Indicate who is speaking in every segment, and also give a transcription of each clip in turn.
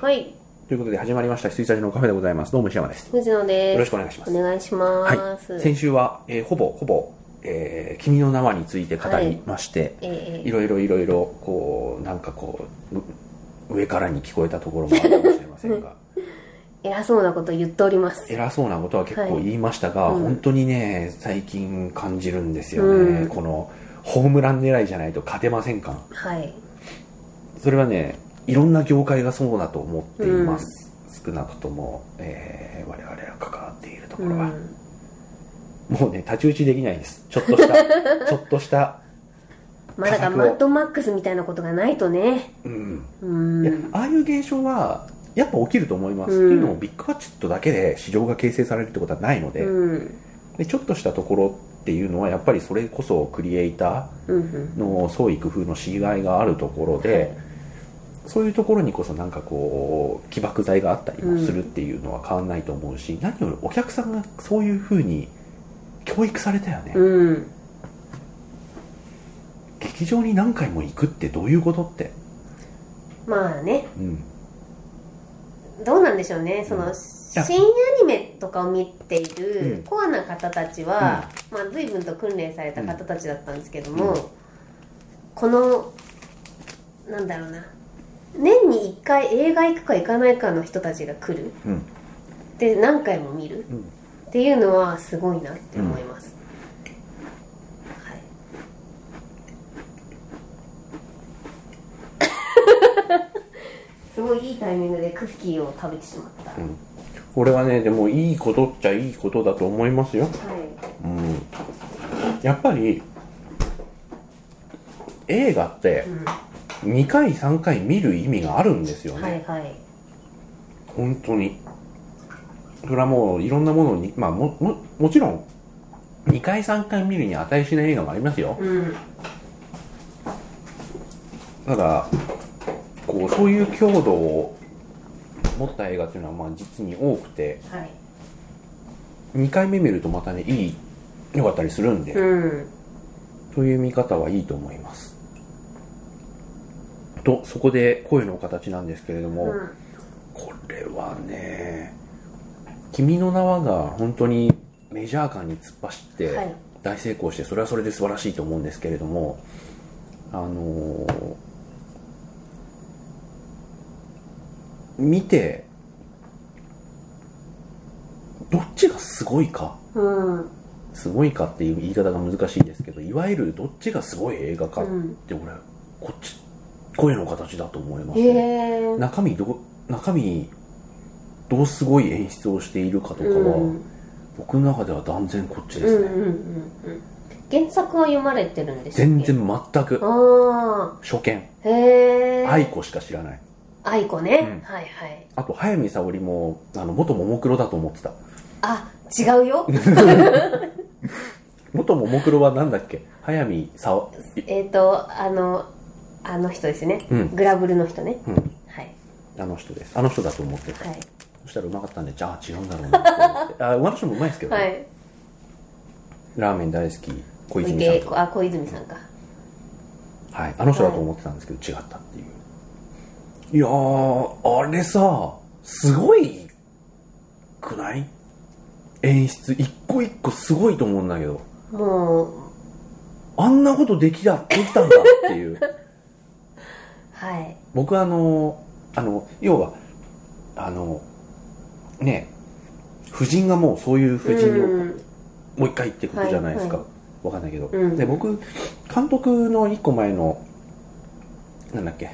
Speaker 1: ということで始まりました、水産のカフェでございます。どうも石山です。
Speaker 2: 藤野です。
Speaker 1: よろしくお願いします
Speaker 2: お願いします。
Speaker 1: 先週は、えーほぼ、ほぼ、えー君の名はについて語りまして、
Speaker 2: え
Speaker 1: い、
Speaker 2: え
Speaker 1: ろいろいろいろ、こう、なんかこう、う上からに聞こえたところもあるかもしれません が、
Speaker 2: 偉そうなこと言っております。
Speaker 1: 偉そうなことは結構言いましたが、
Speaker 2: はいうん
Speaker 1: 本当にね、最近感じるんですよね。
Speaker 2: うん
Speaker 1: この、ホームラン狙いじゃないと勝てませんか
Speaker 2: はい。
Speaker 1: それはねいろんな業界がそうだと思っています、少なくとも、えー我々が関わっているとこ
Speaker 2: う
Speaker 1: ろは、
Speaker 2: ん。
Speaker 1: もうね太刀打ちできないですちょっとした ちょっとした
Speaker 2: まあだから
Speaker 1: 価格を
Speaker 2: マッドマックスみたいなことがないとね。
Speaker 1: うん、
Speaker 2: う
Speaker 1: いや
Speaker 2: ん。
Speaker 1: ああいう現象はやっぱ起きると思います、
Speaker 2: うん
Speaker 1: というのもビッグバチットだけで市場が形成されるってことはないの
Speaker 2: う
Speaker 1: で,、
Speaker 2: ん。
Speaker 1: でちょっとしたところっていうのはやっぱりそれこそクリエイタ
Speaker 2: うんうん
Speaker 1: ー。の創意工夫のしがいがあるところで、そういうところにこそなんかこう起爆剤があったりもするっていうのは変わんないと思うし、何よりお客さんがそういうふうに教育されたよね、
Speaker 2: うん。
Speaker 1: 劇場に何回も行くってどういうことって、
Speaker 2: まあね、
Speaker 1: うん、
Speaker 2: どうなんでしょうね。そ
Speaker 1: うん
Speaker 2: の、
Speaker 1: や
Speaker 2: 新アニメとかを見てい
Speaker 1: うん
Speaker 2: るコアな方たちは、まあ随分と訓練された方たちだったんですけども、
Speaker 1: うん
Speaker 2: この、なんだろうな、年に1回映画行くか行かないかの人たちが来る。
Speaker 1: うん
Speaker 2: で何回も見る、
Speaker 1: うん
Speaker 2: っていうのはすごいなって思います、はいすごいいいタイミングでクッキーを食べてしまった、
Speaker 1: んこれはねでもいいことっちゃいいことだと思いますよ、
Speaker 2: はい
Speaker 1: うん、やっぱり映画って
Speaker 2: うん
Speaker 1: 2回3回見る意味があるんですよね、
Speaker 2: はいはい
Speaker 1: 本当にそれはもういろんなものにまあもももちろん2回3回見るに値しない映画もありますよ
Speaker 2: うん
Speaker 1: ただこうそういう強度を持った映画っていうのはまあ実に多くて
Speaker 2: はい
Speaker 1: 2回目見るとまたねいい良かったりするんで、
Speaker 2: うん
Speaker 1: そういう見方はいいと思いますとそこで声の形なんですけれども、
Speaker 2: うん
Speaker 1: これはね「君の名は」が本当にメジャー感に突っ走って、
Speaker 2: はい
Speaker 1: 大成功してそれはそれで素晴らしいと思うんですけれどもあのー見てどっちがすごいか
Speaker 2: うん
Speaker 1: すごいかっていう言い方が難しいですけどいわゆるどっちがすごい映画かっ
Speaker 2: うん
Speaker 1: て俺、こっち声の形だと思います
Speaker 2: へ
Speaker 1: ね。
Speaker 2: えー、
Speaker 1: 中身どこ中身どうすごい演出をしているかとかは、
Speaker 2: うん
Speaker 1: 僕の中では断然こっち
Speaker 2: うんう
Speaker 1: ですね、
Speaker 2: んうんうん原作は読まれてるんです
Speaker 1: 全然全く
Speaker 2: あ
Speaker 1: 初見
Speaker 2: あへえ
Speaker 1: 愛子しか知らない
Speaker 2: 愛子ね、
Speaker 1: うん
Speaker 2: はいはい
Speaker 1: あと早見沙織もあの元ももクロだと思ってた
Speaker 2: あ違う よ
Speaker 1: 元ももクロはなんだっけ早見沙織
Speaker 2: えっとあのあの人ですね、
Speaker 1: うん
Speaker 2: グラブルの人ね、
Speaker 1: うん
Speaker 2: はい
Speaker 1: あの人ですあの人だと思ってた
Speaker 2: はい
Speaker 1: そしたらうまかったんでじゃあ違うんだろうなと思 ってあ馬の人もうまいですけどね、
Speaker 2: はい
Speaker 1: ラーメン大好き小
Speaker 2: 小
Speaker 1: 泉さん
Speaker 2: 池
Speaker 1: と
Speaker 2: あ小泉さんか
Speaker 1: はい、あの人だと思ってたんですけど、違ったっていう。いやー、あれさ、すごいくない演出、一個一個すごいと思うんだけど、
Speaker 2: もう
Speaker 1: あんなことできた、できたんだって いう。
Speaker 2: はい
Speaker 1: 僕はあのー、あの、要は、あの、ね、夫人がもうそういう夫人
Speaker 2: う
Speaker 1: のも
Speaker 2: ん
Speaker 1: う一回ってことじゃないですか、
Speaker 2: はい
Speaker 1: わかんないけど、
Speaker 2: うん
Speaker 1: で僕監督の一個前のなんだっけ、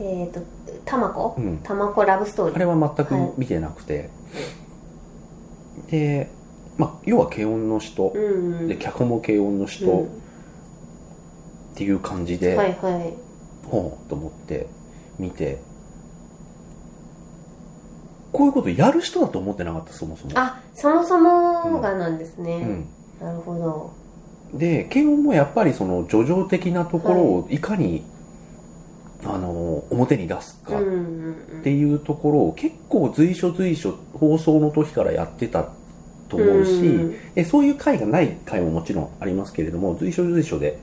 Speaker 2: えっ、とたまこ
Speaker 1: うん、
Speaker 2: たまこラブストー
Speaker 1: あ
Speaker 2: リ
Speaker 1: れ
Speaker 2: ー
Speaker 1: は全く見てなくて、で、まあ、要は軽音の人
Speaker 2: う、んうん
Speaker 1: で脚本も軽音の人
Speaker 2: う
Speaker 1: っ
Speaker 2: ん
Speaker 1: ていう感じで、
Speaker 2: はいはい
Speaker 1: ほうと思って見てこういうことやる人だと思ってなかったそもそも、
Speaker 2: あそもそもがなんです
Speaker 1: う
Speaker 2: ね、
Speaker 1: ん、
Speaker 2: なるほど
Speaker 1: で軽音もやっぱりその叙情的なところをいかに、あの表に出すか
Speaker 2: う
Speaker 1: っ
Speaker 2: んうん
Speaker 1: ていうところを結構随所随所放送の時からやってたと
Speaker 2: うん
Speaker 1: 思うし、
Speaker 2: うん
Speaker 1: でそういう回がない回ももちろんありますけれども随所随所で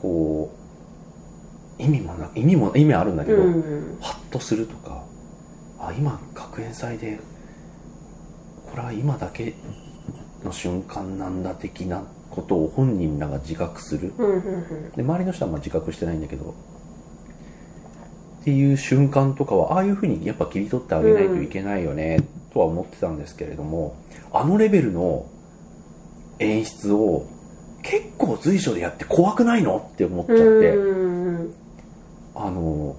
Speaker 1: こう意味もな意味も意味はあるんだけど、
Speaker 2: うん
Speaker 1: ハッとするとかあ今学園祭でこれは今だけの瞬間なんだ的なことを本人らが自覚する
Speaker 2: うんうんうん
Speaker 1: で周りの人はまあ自覚してないんだけどっていう瞬間とかはああいうふうにやっぱ切り取ってあげないといけないよね、とは思ってたんですけれどもあのレベルの演出を結構随所でやって怖くないのって思っちゃって、
Speaker 2: うん
Speaker 1: あの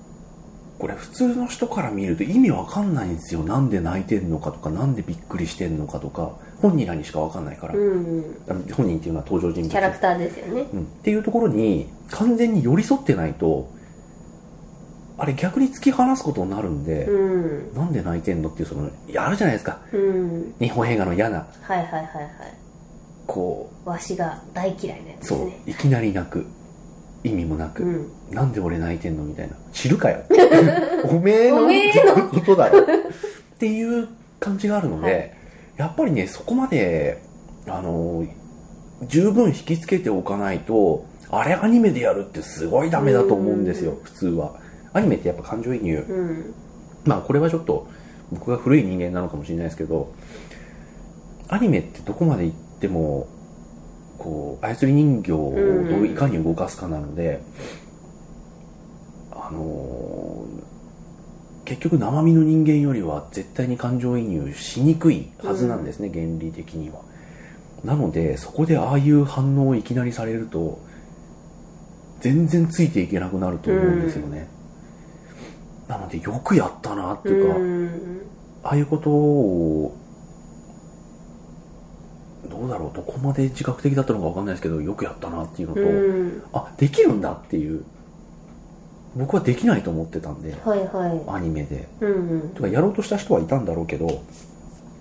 Speaker 1: これ普通の人から見ると意味わかんないんですよなんで泣いてんのかとかなんでびっくりしてんのかとか本人らにしかわかんないから、
Speaker 2: うんうん
Speaker 1: あの本人っていうのは登場人物
Speaker 2: キャラクターですよね
Speaker 1: うん、っていうところに完全に寄り添ってないとあれ逆に突き放すことになるん
Speaker 2: う
Speaker 1: で、
Speaker 2: ん
Speaker 1: なんで泣いてんのっていうそのやるじゃないですか
Speaker 2: うん
Speaker 1: 日本映画の嫌な
Speaker 2: はいはいはいはい
Speaker 1: こ
Speaker 2: わしが大嫌いなやつ
Speaker 1: う
Speaker 2: です
Speaker 1: そ
Speaker 2: ね
Speaker 1: ういきなり泣く意味もなく、
Speaker 2: うん
Speaker 1: なんで俺泣いてんのみたいな知るか よおめえ
Speaker 2: お
Speaker 1: の
Speaker 2: めえの
Speaker 1: ことだよっていう感じがあるので、
Speaker 2: はい
Speaker 1: やっぱりねそこまであの十分引きつけておかないとあれアニメでやるってすごいダメだと思うんですよ
Speaker 2: うん
Speaker 1: 普通はアニメってやっぱ感情移入
Speaker 2: うん
Speaker 1: まあこれはちょっと僕が古い人間なのかもしれないですけどアニメってどこまで行ってもこう操り人形をどういかに動かすかなので、あのー結局生身の人間よりは絶対に感情移入しにくいはずなんですね、原理的にはなのでそこでああいう反応をいきなりされると全然ついていけなくなると思うんですよね、なのでよくやったなっていうか、
Speaker 2: うん
Speaker 1: ああいうことをどうだろうどこまで自覚的だったのかわかんないですけどよくやったなっていうのと、
Speaker 2: うん
Speaker 1: あできるんだっていう僕はできないと思ってたんで
Speaker 2: はいは
Speaker 1: アニメで
Speaker 2: いうんうん
Speaker 1: とかやろうとした人はいたんだろうけど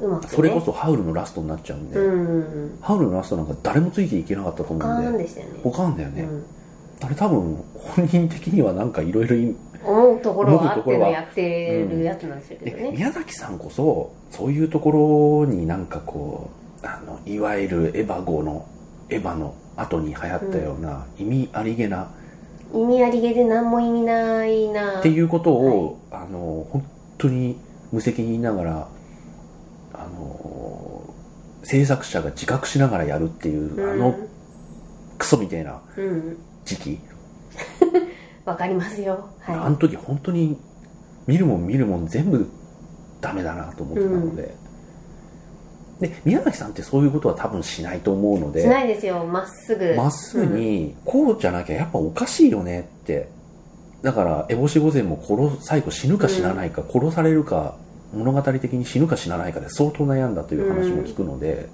Speaker 2: うまくね
Speaker 1: それこそハウルのラストになっちゃうんで、
Speaker 2: うんうん
Speaker 1: ハウルのラストなんか誰もついていけなかったと
Speaker 2: ポ
Speaker 1: 思
Speaker 2: カ
Speaker 1: う
Speaker 2: ー
Speaker 1: ん
Speaker 2: ン
Speaker 1: で
Speaker 2: でしたよね
Speaker 1: ポカーンだよね、
Speaker 2: うん
Speaker 1: あれ多分本人的にはなんかいろいろ
Speaker 2: 思うところはあ
Speaker 1: 思う
Speaker 2: っ
Speaker 1: とこ
Speaker 2: て
Speaker 1: ろ
Speaker 2: の
Speaker 1: は
Speaker 2: やってるやつなんですけ
Speaker 1: で
Speaker 2: どね
Speaker 1: 宮崎さんこそそういうところになんかこうあのいわゆるエヴァ号のエヴァの後に流行ったような意味ありげな、
Speaker 2: 意味ありげで何も意味ないな
Speaker 1: っていうことを、あの本当に無責任ながらあの制作者が自覚しながらやるっていう、
Speaker 2: うん
Speaker 1: あのクソみたいな
Speaker 2: うん
Speaker 1: 時期、
Speaker 2: わかりますよはい
Speaker 1: あの時本当に見るもん見るもん全部ダメだなと思ってたので、で宮崎さんってそういうことは多分しないと思うの
Speaker 2: し
Speaker 1: で
Speaker 2: ないですよまっすぐ
Speaker 1: まっすぐにこうじゃなきゃやっぱおかしいよねってだから烏帽子御前も殺最後死ぬか死なないか、殺されるか物語的に死ぬか死なないかで相当悩んだという話も聞くので、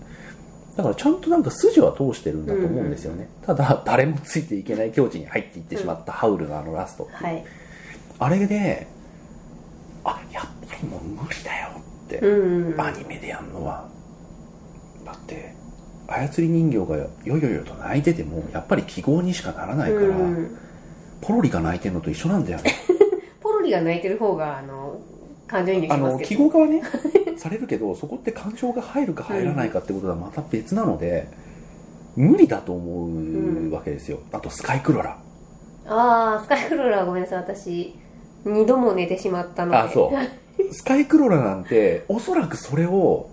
Speaker 1: だからちゃんとなんか筋は通してるんだと思うんですよね、ただ誰もついていけない境地に入っていってしまったハウルのあのラスト、
Speaker 2: はい
Speaker 1: あれで、あ、やっぱりもう無理だよって、
Speaker 2: うんうん
Speaker 1: アニメでやるのは。だって、操り人形がよよよと泣いてても、やっぱり記号にしかならないから、
Speaker 2: うん
Speaker 1: ポロリが泣いてるのと一緒なんだよね。
Speaker 2: ポロリが泣いてる方があの感情移入
Speaker 1: あ
Speaker 2: しま
Speaker 1: の、
Speaker 2: す
Speaker 1: 記
Speaker 2: け
Speaker 1: 号
Speaker 2: ど
Speaker 1: 化はね、 されるけど、そこって感情が入るか入らないかってことはまた別なので、無理だと思うわけですよ。あと、スカイクロラ。
Speaker 2: ああスカイクローラーはごめんなさい私二度も寝てしまったので
Speaker 1: あそう スカイクロラなんておそらくそれ を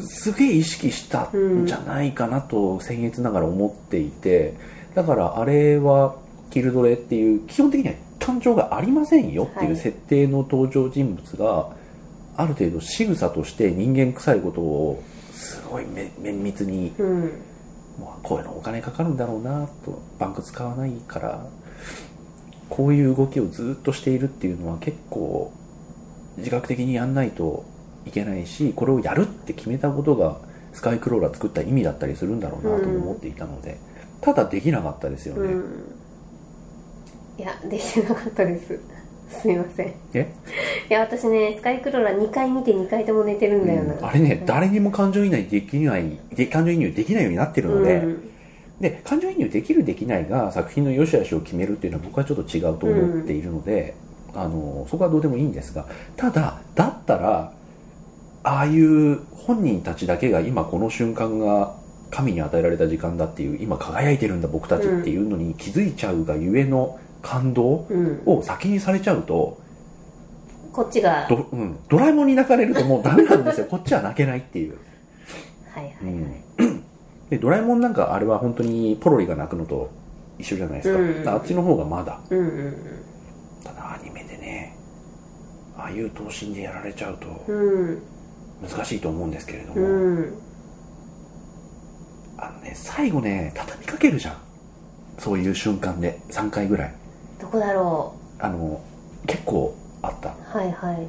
Speaker 1: すげえ意識したんじゃないかなと僭越ながら思っていてだからあれはキルドレっていう基本的には感情がありませんよってい
Speaker 2: は
Speaker 1: う
Speaker 2: い
Speaker 1: 設定の登場人物がある程度仕草として人間臭いことをすごいめ綿密に
Speaker 2: うん
Speaker 1: まあこういうのお金かかるんだろうなとバンク使わないからこういう動きをずっとしているっていうのは結構自覚的にやんないといけないしこれをやるって決めたことがスカイクローラー作った意味だったりするんだろうなとも思っていたので、ただできなかったですよ
Speaker 2: う
Speaker 1: ね、
Speaker 2: んいやできてなかったです すいませんい
Speaker 1: え
Speaker 2: や私ねスカイクローラー2回見て2回とも寝てるんだよな、
Speaker 1: うんあれね誰にも感情移入できないで感情移入できないようになってるので、
Speaker 2: うん
Speaker 1: で感情移入できるできないが作品の良し悪しを決めるっていうのは僕はちょっと違うと思っているので、あのそこはどうでもいいんですがただだったらああいう本人たちだけが今この瞬間が神に与えられた時間だっていう今輝いてるんだ僕たちっていうのに気づいちゃうがゆえの感動
Speaker 2: うん
Speaker 1: を先にされちゃうと
Speaker 2: こっちが
Speaker 1: どうん、ドラえもんに泣かれるともうダメなんですよこっちは泣けないっていう、
Speaker 2: はいは
Speaker 1: う
Speaker 2: いはい、
Speaker 1: ん、でドラえもんなんかあれは本当にポロリが泣くのと一緒じゃないですか,、
Speaker 2: うんうんうん
Speaker 1: あっちの方がまだ
Speaker 2: うんうん
Speaker 1: ただアニメでねああいう等身でやられちゃうと
Speaker 2: うん
Speaker 1: 難しいと思うんですけれども、
Speaker 2: うんうん
Speaker 1: あのね最後ね畳みかけるじゃんそういう瞬間で3回ぐらい
Speaker 2: どこだろ
Speaker 1: あの結構あった、
Speaker 2: うはいはい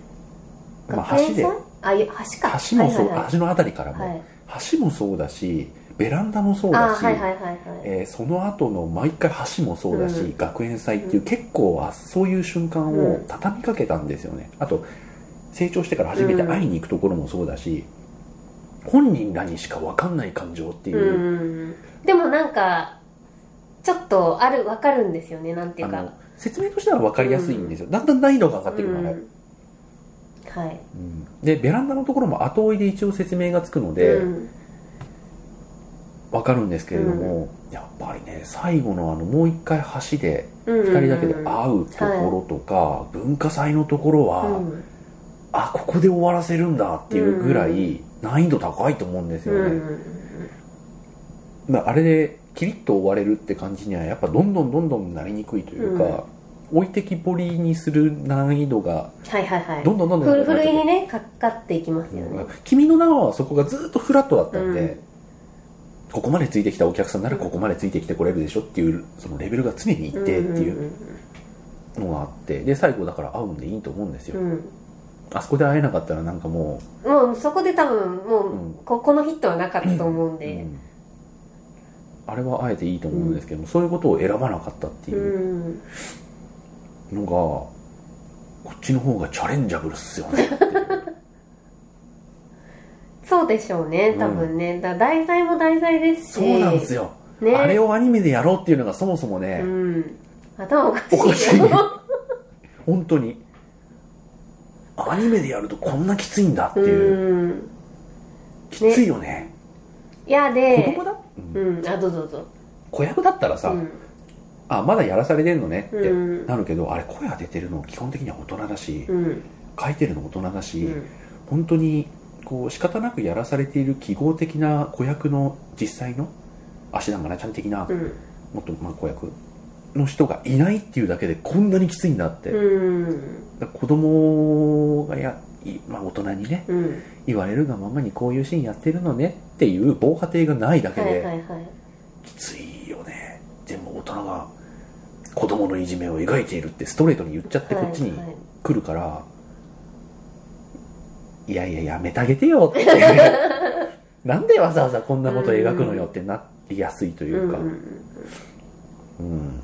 Speaker 1: まあ、
Speaker 2: 学園
Speaker 1: 橋で
Speaker 2: 祭あいや橋か
Speaker 1: 橋もそう、
Speaker 2: はいはい
Speaker 1: 橋のあたりからも、
Speaker 2: はい、はい
Speaker 1: 橋もそうだしベランダもそう
Speaker 2: あ
Speaker 1: だし、
Speaker 2: ーはいはいはいはい
Speaker 1: えーその後の毎回橋もそうだし、
Speaker 2: うん
Speaker 1: 学園祭っていう結構あそういう瞬間を畳みかけたんですよね、あと成長してから初めて会いに行くところもそうだし、本人らにしか分かんない感情っていうう、
Speaker 2: んでもなんかちょっとあるわかるんですよねなんてい
Speaker 1: あ
Speaker 2: うか
Speaker 1: の説明としては分かりやすいんですよ、だんだん難易度が上がってくるから、
Speaker 2: うんはい
Speaker 1: うんでベランダのところも後追いで一応説明がつくので、
Speaker 2: うん
Speaker 1: 分かるんですけれども、やっぱりね最後のあのもう一回橋で
Speaker 2: うん
Speaker 1: 2人だけで会うところとか、文化祭のところは、
Speaker 2: うん
Speaker 1: あここで終わらせるんだっていうぐら
Speaker 2: うんう
Speaker 1: い難易度高いと思うんです
Speaker 2: う
Speaker 1: よ
Speaker 2: ん
Speaker 1: ね、
Speaker 2: うん
Speaker 1: まああれでキリッと終われるって感じにはやっぱどんどんどんどんなりにくいというか、置いてきぼりにする難易度が
Speaker 2: はいはいはい
Speaker 1: どんどんどんどん
Speaker 2: ふる
Speaker 1: 上
Speaker 2: ふ
Speaker 1: がっ
Speaker 2: る
Speaker 1: て
Speaker 2: い
Speaker 1: く
Speaker 2: に
Speaker 1: る
Speaker 2: ねかかっていきますよね
Speaker 1: 君の名はそこがずっとフラットだったんで、
Speaker 2: うん
Speaker 1: ここまでついてきたお客さんならここまでついてきてこれるでしょっていうそのレベルが常に一定っていうのがあってで最後だから会うんでいいと思うんですよ、
Speaker 2: うん
Speaker 1: あそこで会えなかったらなんかも
Speaker 2: うんもうそこで多分もう、
Speaker 1: うん
Speaker 2: ここのヒットはなかったと思うん
Speaker 1: う、う
Speaker 2: で
Speaker 1: んあれはあえていいと思うんですけども、そういうことを選ばなかったって
Speaker 2: う
Speaker 1: いうんのが、こっちの方がチャレンジャブルっすよねっていう
Speaker 2: そうでしょうね多分ね、だ題材も題材ですし
Speaker 1: そうなんですよ、
Speaker 2: ね
Speaker 1: あれをアニメでやろうっていうのがそもそもね、
Speaker 2: うん頭おかしい
Speaker 1: おかしい
Speaker 2: よ
Speaker 1: ね本当にアニメでやるとこんなきついんだっていう、
Speaker 2: うん
Speaker 1: きついよね
Speaker 2: いや
Speaker 1: 子
Speaker 2: で
Speaker 1: 供だ、うん
Speaker 2: うんあどうぞどうぞ
Speaker 1: 子役だったらさ、
Speaker 2: うん
Speaker 1: あまだやらされてんのねって
Speaker 2: うん
Speaker 1: なるけど、あれ声当ててるの基本的には大人だし、
Speaker 2: うん
Speaker 1: 書いてるの大人だし、
Speaker 2: うん
Speaker 1: 本当にこう仕方なくやらされている記号的な子役の実際の芦田愛菜ちゃん的な、
Speaker 2: うん
Speaker 1: もっとまあ子役の人がいないっていうだけでこんなにきついんだって、
Speaker 2: うん
Speaker 1: だから子供がや、いまあ、大人にね
Speaker 2: うん
Speaker 1: 言われるがままにこういうシーンやってるのねっていう防波堤がないだけ
Speaker 2: はい
Speaker 1: で
Speaker 2: はいはい
Speaker 1: きついよね、全部大人が子供のいじめを描いているってストレートに言っちゃってこっちに
Speaker 2: はいはい
Speaker 1: 来るから、いやいややめてあげてよっ てなんでわざわざこんなこと描くのよってなりやすいというか、
Speaker 2: う
Speaker 1: うん
Speaker 2: うん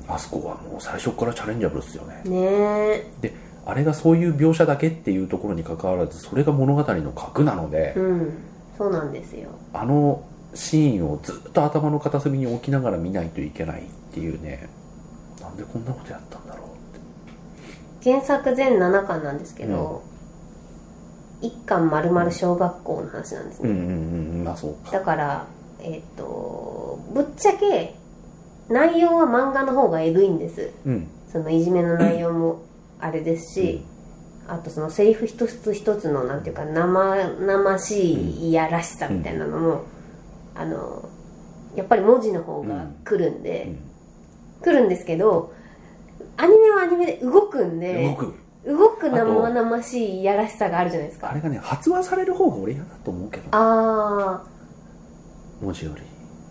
Speaker 1: あそこはもう最初からチャレンジャブルっすよね
Speaker 2: うんね
Speaker 1: あれがそういう描写だけっていうところに関わらずそれが物語の核なので
Speaker 2: え、うんそうなんですよ
Speaker 1: あのシーンをずっと頭の片隅に置きながら見ないといけないっていうねなんでこんなことやったんだろうって
Speaker 2: 原作全7巻なんですけど、1巻まるまる小学校の話なんです
Speaker 1: うん
Speaker 2: ね、
Speaker 1: うんうんまあそうか
Speaker 2: だからえっ、とぶっちゃけ内容は漫画の方がえぐいんです
Speaker 1: うん
Speaker 2: そのいじめの内容もあれですし、あとそのセリフ一つ一つのなんていうか生々しいいやらしさみたいなのも、あのやっぱり文字の方が来るん
Speaker 1: う
Speaker 2: で、
Speaker 1: ん
Speaker 2: 来るんですけどアニメはアニメで動くんで
Speaker 1: 動く
Speaker 2: 動く生々しいいやらしさがあるじゃないです
Speaker 1: あ
Speaker 2: か
Speaker 1: れがね発話される方が俺嫌だと思うけど
Speaker 2: あ
Speaker 1: 文字より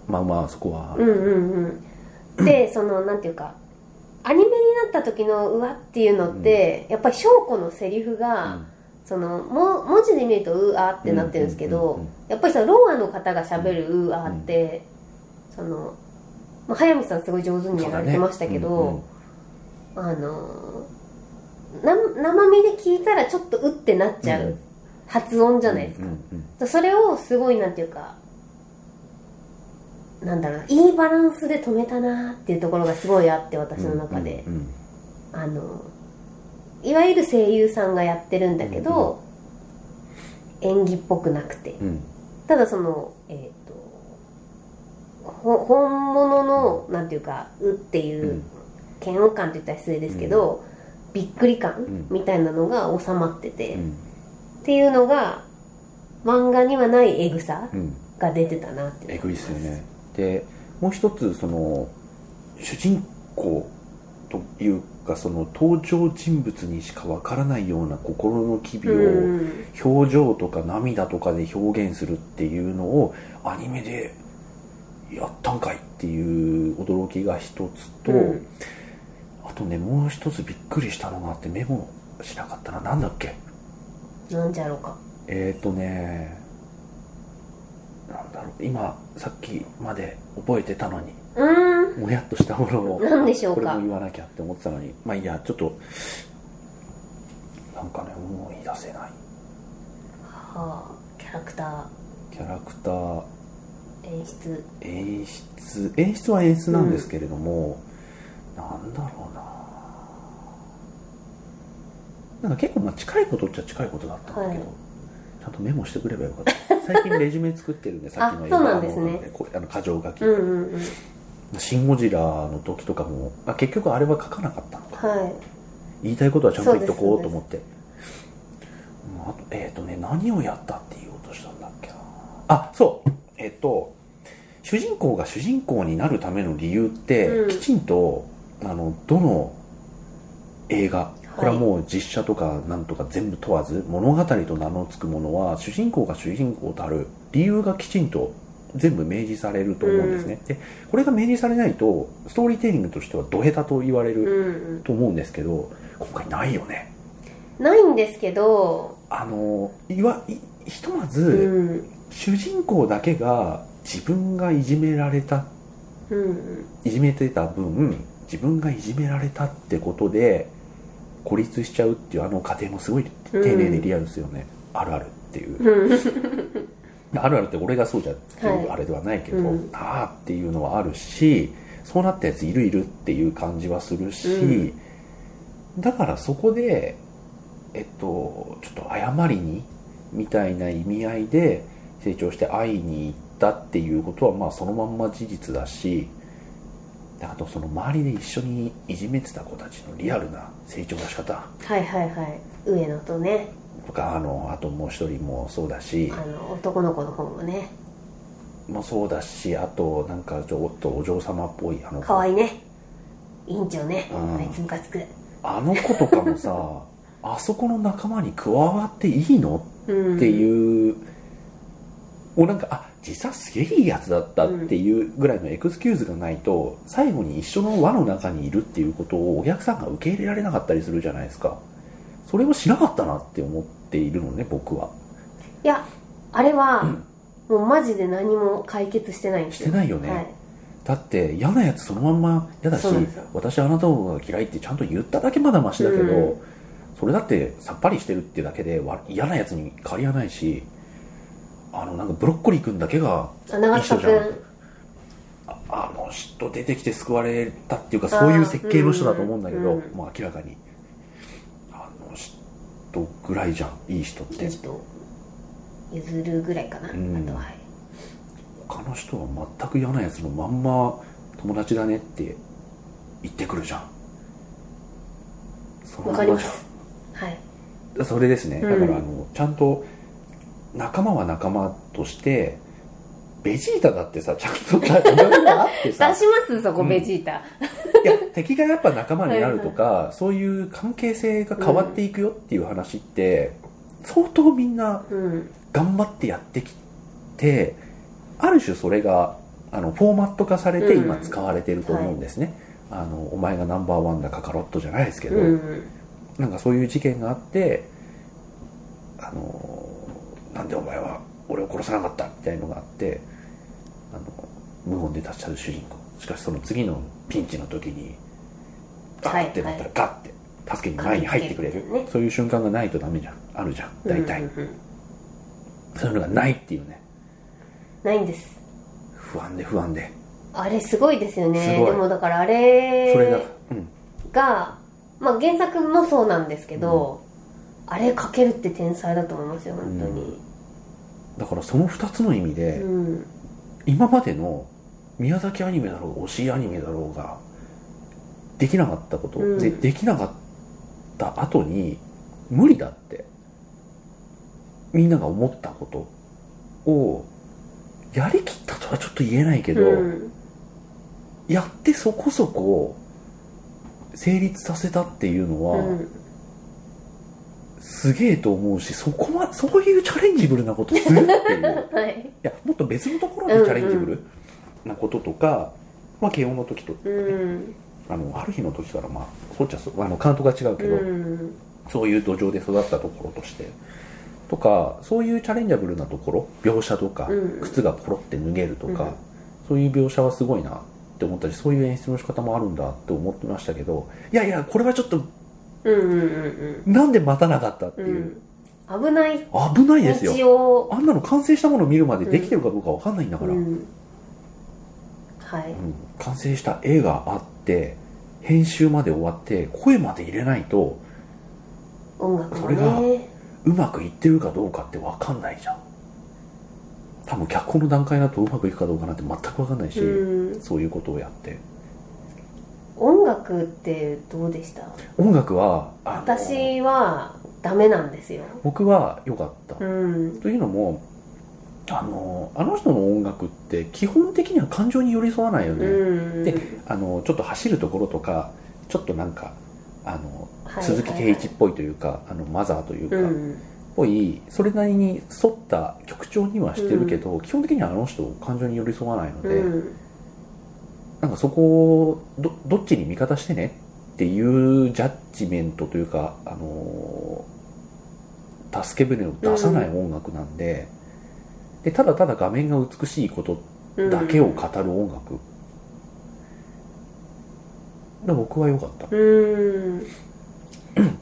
Speaker 1: まあまあそこは
Speaker 2: あうんうんう んでそのなんていうかアニメになった時のうわっていうのって、やっぱり翔子のセリフが、そのも文字で見るとうあってなってるんですけ
Speaker 1: うんう
Speaker 2: ど、
Speaker 1: んうんうん
Speaker 2: やっぱりそのローアの方がしゃべるうあって、その、まあ、早見さんすごい上手にやられてましたけど、あのな生身で聞いたらちょっとうってなっちゃ
Speaker 1: う
Speaker 2: う、
Speaker 1: ん
Speaker 2: 発音じゃないですか、
Speaker 1: うんうん
Speaker 2: それをすごいなんていうかなんだろういいバランスで止めたなっていうところがすごいあって私の中で、
Speaker 1: うんうんうん
Speaker 2: あのいわゆる声優さんがやってるんだけど、演技っぽくなくて
Speaker 1: うん
Speaker 2: ただそのえっ、とほ本物のなんていうか「う」っていう嫌悪感って言ったら失礼ですけど、びっくり感
Speaker 1: ん
Speaker 2: みたいなのが収まってて、
Speaker 1: う
Speaker 2: っ
Speaker 1: ん
Speaker 2: ていうのが漫画にはないエグさ
Speaker 1: うん
Speaker 2: が出てたなって
Speaker 1: え
Speaker 2: いうの
Speaker 1: ぐい
Speaker 2: が
Speaker 1: っすよねでもう一つその主人公というかその登場人物にしかわからないような心の機微を、
Speaker 2: うん
Speaker 1: 表情とか涙とかで表現するっていうのをアニメでやったんかいっていう驚きが一つと、
Speaker 2: うん
Speaker 1: あとねもう一つびっくりしたのがあってメモしなかったななんだっけ
Speaker 2: なんじゃろうか
Speaker 1: えっ、ー、とねなんだろう今さっきまで覚えてたのに
Speaker 2: うーん
Speaker 1: もやっとしたものを
Speaker 2: 何でしょうか
Speaker 1: これも言わなきゃって思ってたのにまあいいやちょっとなんかね思い出せない
Speaker 2: はあキャラクタ
Speaker 1: キャラクター
Speaker 2: ー演出
Speaker 1: 演出演出は演出なんですけれども、なんだろうななんか結構まあ近いことっちゃ近いことだったんだけど、
Speaker 2: はい
Speaker 1: ちゃんとメモしてくればよかった最近レジュメ作ってるんで さっきの
Speaker 2: あ
Speaker 1: 映
Speaker 2: そうな
Speaker 1: 画
Speaker 2: んです
Speaker 1: の,、
Speaker 2: ね
Speaker 1: これあの過剰書き、
Speaker 2: うんうんうん
Speaker 1: シン・ゴジラの時とかもあ結局あれは書かなかったのか、
Speaker 2: は
Speaker 1: 言いたいことはちゃんと言っとこうと
Speaker 2: そうです
Speaker 1: 思ってうんあとえっ、とね何をやったって言おうとしたんだっけなあそうえっ、と主人公が主人公になるための理由って、
Speaker 2: うん
Speaker 1: きちんとあのどの映画
Speaker 2: い
Speaker 1: これはもう実写とかなんとか全部問わず、物語と名の付くものは主人公が主人公たる理由がきちんと全部明示されると思うんですね、でこれが明示されないとストーリーテリングとしてはドヘタと言われ
Speaker 2: い、
Speaker 1: る
Speaker 2: うんうん、
Speaker 1: と思うんですけど今回ないよね
Speaker 2: ないんですけど、
Speaker 1: あのいわいひとまず、
Speaker 2: うん
Speaker 1: 主人公だけが自分がいじめられた
Speaker 2: うんうん、
Speaker 1: いじめてた分自分がいじめられたってことで孤立しちゃうっていうあの過程もすごい丁寧でリアルですよね、あるあるっていう
Speaker 2: うん
Speaker 1: あるあるって俺がそうじゃっていう
Speaker 2: はい
Speaker 1: あれではないけど、
Speaker 2: うん
Speaker 1: ああっていうのはあるしそうなったやついるいるっていう感じはするし、
Speaker 2: う
Speaker 1: だからそこでえっとちょっと謝りにみたいな意味合いで成長して会いに行ったっていうことはまあそのまんま事実だしあとその周りで一緒にいじめてた子たちのリアルな成長の仕方
Speaker 2: はいはいはい上野とね
Speaker 1: とかあのあともう一人もそうだし、
Speaker 2: あの男の子の方もね
Speaker 1: もそうだしあとなんかちょっとお嬢様っぽいあの
Speaker 2: 可愛いね委員長ね
Speaker 1: うん
Speaker 2: あいつムカつく
Speaker 1: あの子とかも さあそこの仲間に加わっていいの
Speaker 2: うん
Speaker 1: って
Speaker 2: う
Speaker 1: いう、もうなんかあ実はすげえいいやつだったっていうぐらいのエクスキューズがないと最後に一緒の輪の中にいるっていうことをお客さんが受け入れられなかったりするじゃないですかそれをしなかったなって思っているのね僕はい
Speaker 2: やあれは、もうマジで何も解決してないんですよ
Speaker 1: してないよね
Speaker 2: はい、
Speaker 1: だって嫌なやつそのまんま嫌だし
Speaker 2: そうなんですよ
Speaker 1: 私あなたが嫌いってちゃんと言っただけまだマシだけど、
Speaker 2: うん
Speaker 1: それだってさっぱりしてるってだけでわ嫌なやつに変わりはないしあのなんかブロッコリー君だけが
Speaker 2: あ長塚
Speaker 1: 一緒じゃん
Speaker 2: 君
Speaker 1: ああの人出てきて救われたっていうかそういう設計の人だと思うんだけど、
Speaker 2: うんうん
Speaker 1: もう明らかにあの人ぐらいじゃんいい人って
Speaker 2: いい人譲るぐらいかな、
Speaker 1: うん
Speaker 2: あとははい
Speaker 1: 他の人は全く嫌なやつのまんま友達だねって言ってくるじゃんその
Speaker 2: わ
Speaker 1: まん
Speaker 2: か
Speaker 1: ま
Speaker 2: り
Speaker 1: じゃん
Speaker 2: ますはい
Speaker 1: それですね、
Speaker 2: うん
Speaker 1: だからあのちゃんと仲間は仲間としてベジータだってさちゃんとさいろいろあって
Speaker 2: 出し
Speaker 1: さ
Speaker 2: ますそこ、
Speaker 1: うん
Speaker 2: ベジータ
Speaker 1: いや敵がやっぱ仲間になるとかそういう関係性が変わっていくよっていう話って、相当みんな
Speaker 2: うん
Speaker 1: 頑張ってやってきてある種それがあのフォーマット化されて
Speaker 2: うん
Speaker 1: 今使われてると思うんですね、あのお前がナンバーワンだカカロットじゃないですけど、
Speaker 2: うん
Speaker 1: なんかそういう事件があってあのなんでお前は俺を殺さなかったみたいのがあってあの無言で立ち去る主人公しかしその次のピンチの時にあ
Speaker 2: はい
Speaker 1: ってなったらガッて助けに前に入ってくれる
Speaker 2: 駆けつけてね
Speaker 1: そういう瞬間がないとダメじゃんあるじゃん大体、
Speaker 2: うんうんうん
Speaker 1: そういうのがないっていうね
Speaker 2: ないんです
Speaker 1: 不安で不安で、
Speaker 2: あれすごいですよね
Speaker 1: すごい
Speaker 2: でもだからあれ
Speaker 1: それが、うん、
Speaker 2: が、まあ、原作もそうなんですけど、あれ描けるって天才だと思いますよ本当に
Speaker 1: だからその2つの意味で、
Speaker 2: うん、
Speaker 1: 今までの宮崎アニメだろうが推しアニメだろうができなかったこと、
Speaker 2: うん
Speaker 1: でできなかっった後に無理だってみんなが思ったことをやりきったとはちょっと言えないけど、
Speaker 2: うん
Speaker 1: やってそこそこ成立させたっていうのは、
Speaker 2: うん
Speaker 1: すげえと思うしそこまそういうチャレンジブルなことするっていう
Speaker 2: はい
Speaker 1: いやもっと別のところでチャレンジブルなこととか、まあ慶応の時と、
Speaker 2: うん
Speaker 1: あの春日の時からまあそっちはそうあのカウントが違うけど、
Speaker 2: うん
Speaker 1: そういう土壌で育ったところとしてとかそういうチャレンジャブルなところ描写とか、
Speaker 2: うん
Speaker 1: 靴がポロって脱げるとか、
Speaker 2: うん
Speaker 1: そういう描写はすごいなって思ったしそういう演出の仕方もあるんだって思ってましたけどいやいやこれはちょっと
Speaker 2: うんうんうん
Speaker 1: なんで待たなかったって
Speaker 2: う
Speaker 1: いう、
Speaker 2: んうん危ない
Speaker 1: 危ないですよ
Speaker 2: 道を
Speaker 1: あんなの完成したものを見るまでできてるかどうかわかんないんだから、
Speaker 2: うんはい
Speaker 1: うん完成した絵があって編集まで終わって声まで入れないと
Speaker 2: 音楽も
Speaker 1: そ
Speaker 2: ね
Speaker 1: うまくいってるかどうかって分かんないじゃん多分脚本の段階だとうまくいくかどうかなんて全く分かんないし、
Speaker 2: うん
Speaker 1: そういうことをやって
Speaker 2: 音楽ってどうでした
Speaker 1: 音楽はあの
Speaker 2: 私はダメなんですよ
Speaker 1: 僕は良かった、
Speaker 2: うん
Speaker 1: というのもあのあの人の音楽って基本的には感情に寄り添わないよね、
Speaker 2: うん
Speaker 1: であのちょっと走るところとかちょっとなんかあの
Speaker 2: はい
Speaker 1: 鈴木圭一っぽいというかあのマザーというか、
Speaker 2: うん
Speaker 1: ぽいそれなりに沿った曲調にはしてるけど、基本的にはあの人感情に寄り添わないので、
Speaker 2: うん
Speaker 1: なんかそこをどどっちに味方してねっていうジャッジメントというか、あのー助け舟を出さない音楽なんで,、でただただ画面が美しいこと
Speaker 2: うん
Speaker 1: だけを語る音楽、で僕は良かった、
Speaker 2: うん